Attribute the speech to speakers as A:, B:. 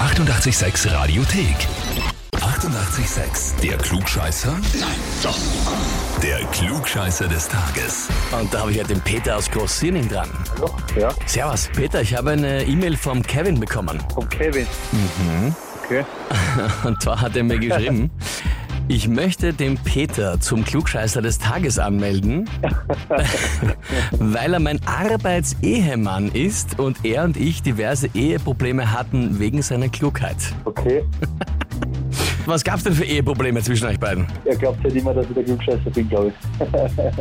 A: 886 Radiothek. 88,6. Der Klugscheißer? Nein, doch. Der Klugscheißer des Tages.
B: Und da habe ich ja den Peter aus Großsirning dran.
C: Ja,
B: Servus, Peter, ich habe eine E-Mail vom Kevin bekommen.
C: vom Kevin. Okay.
B: Und zwar hat er mir geschrieben, ich möchte den Peter zum Klugscheißer des Tages anmelden, weil er mein Arbeitsehemann ist und er und ich diverse Eheprobleme hatten wegen seiner Klugheit.
C: Okay.
B: Was gab's denn für Eheprobleme zwischen euch beiden?
C: Er glaubt halt immer, dass ich der Glückscheißer bin, glaube ich.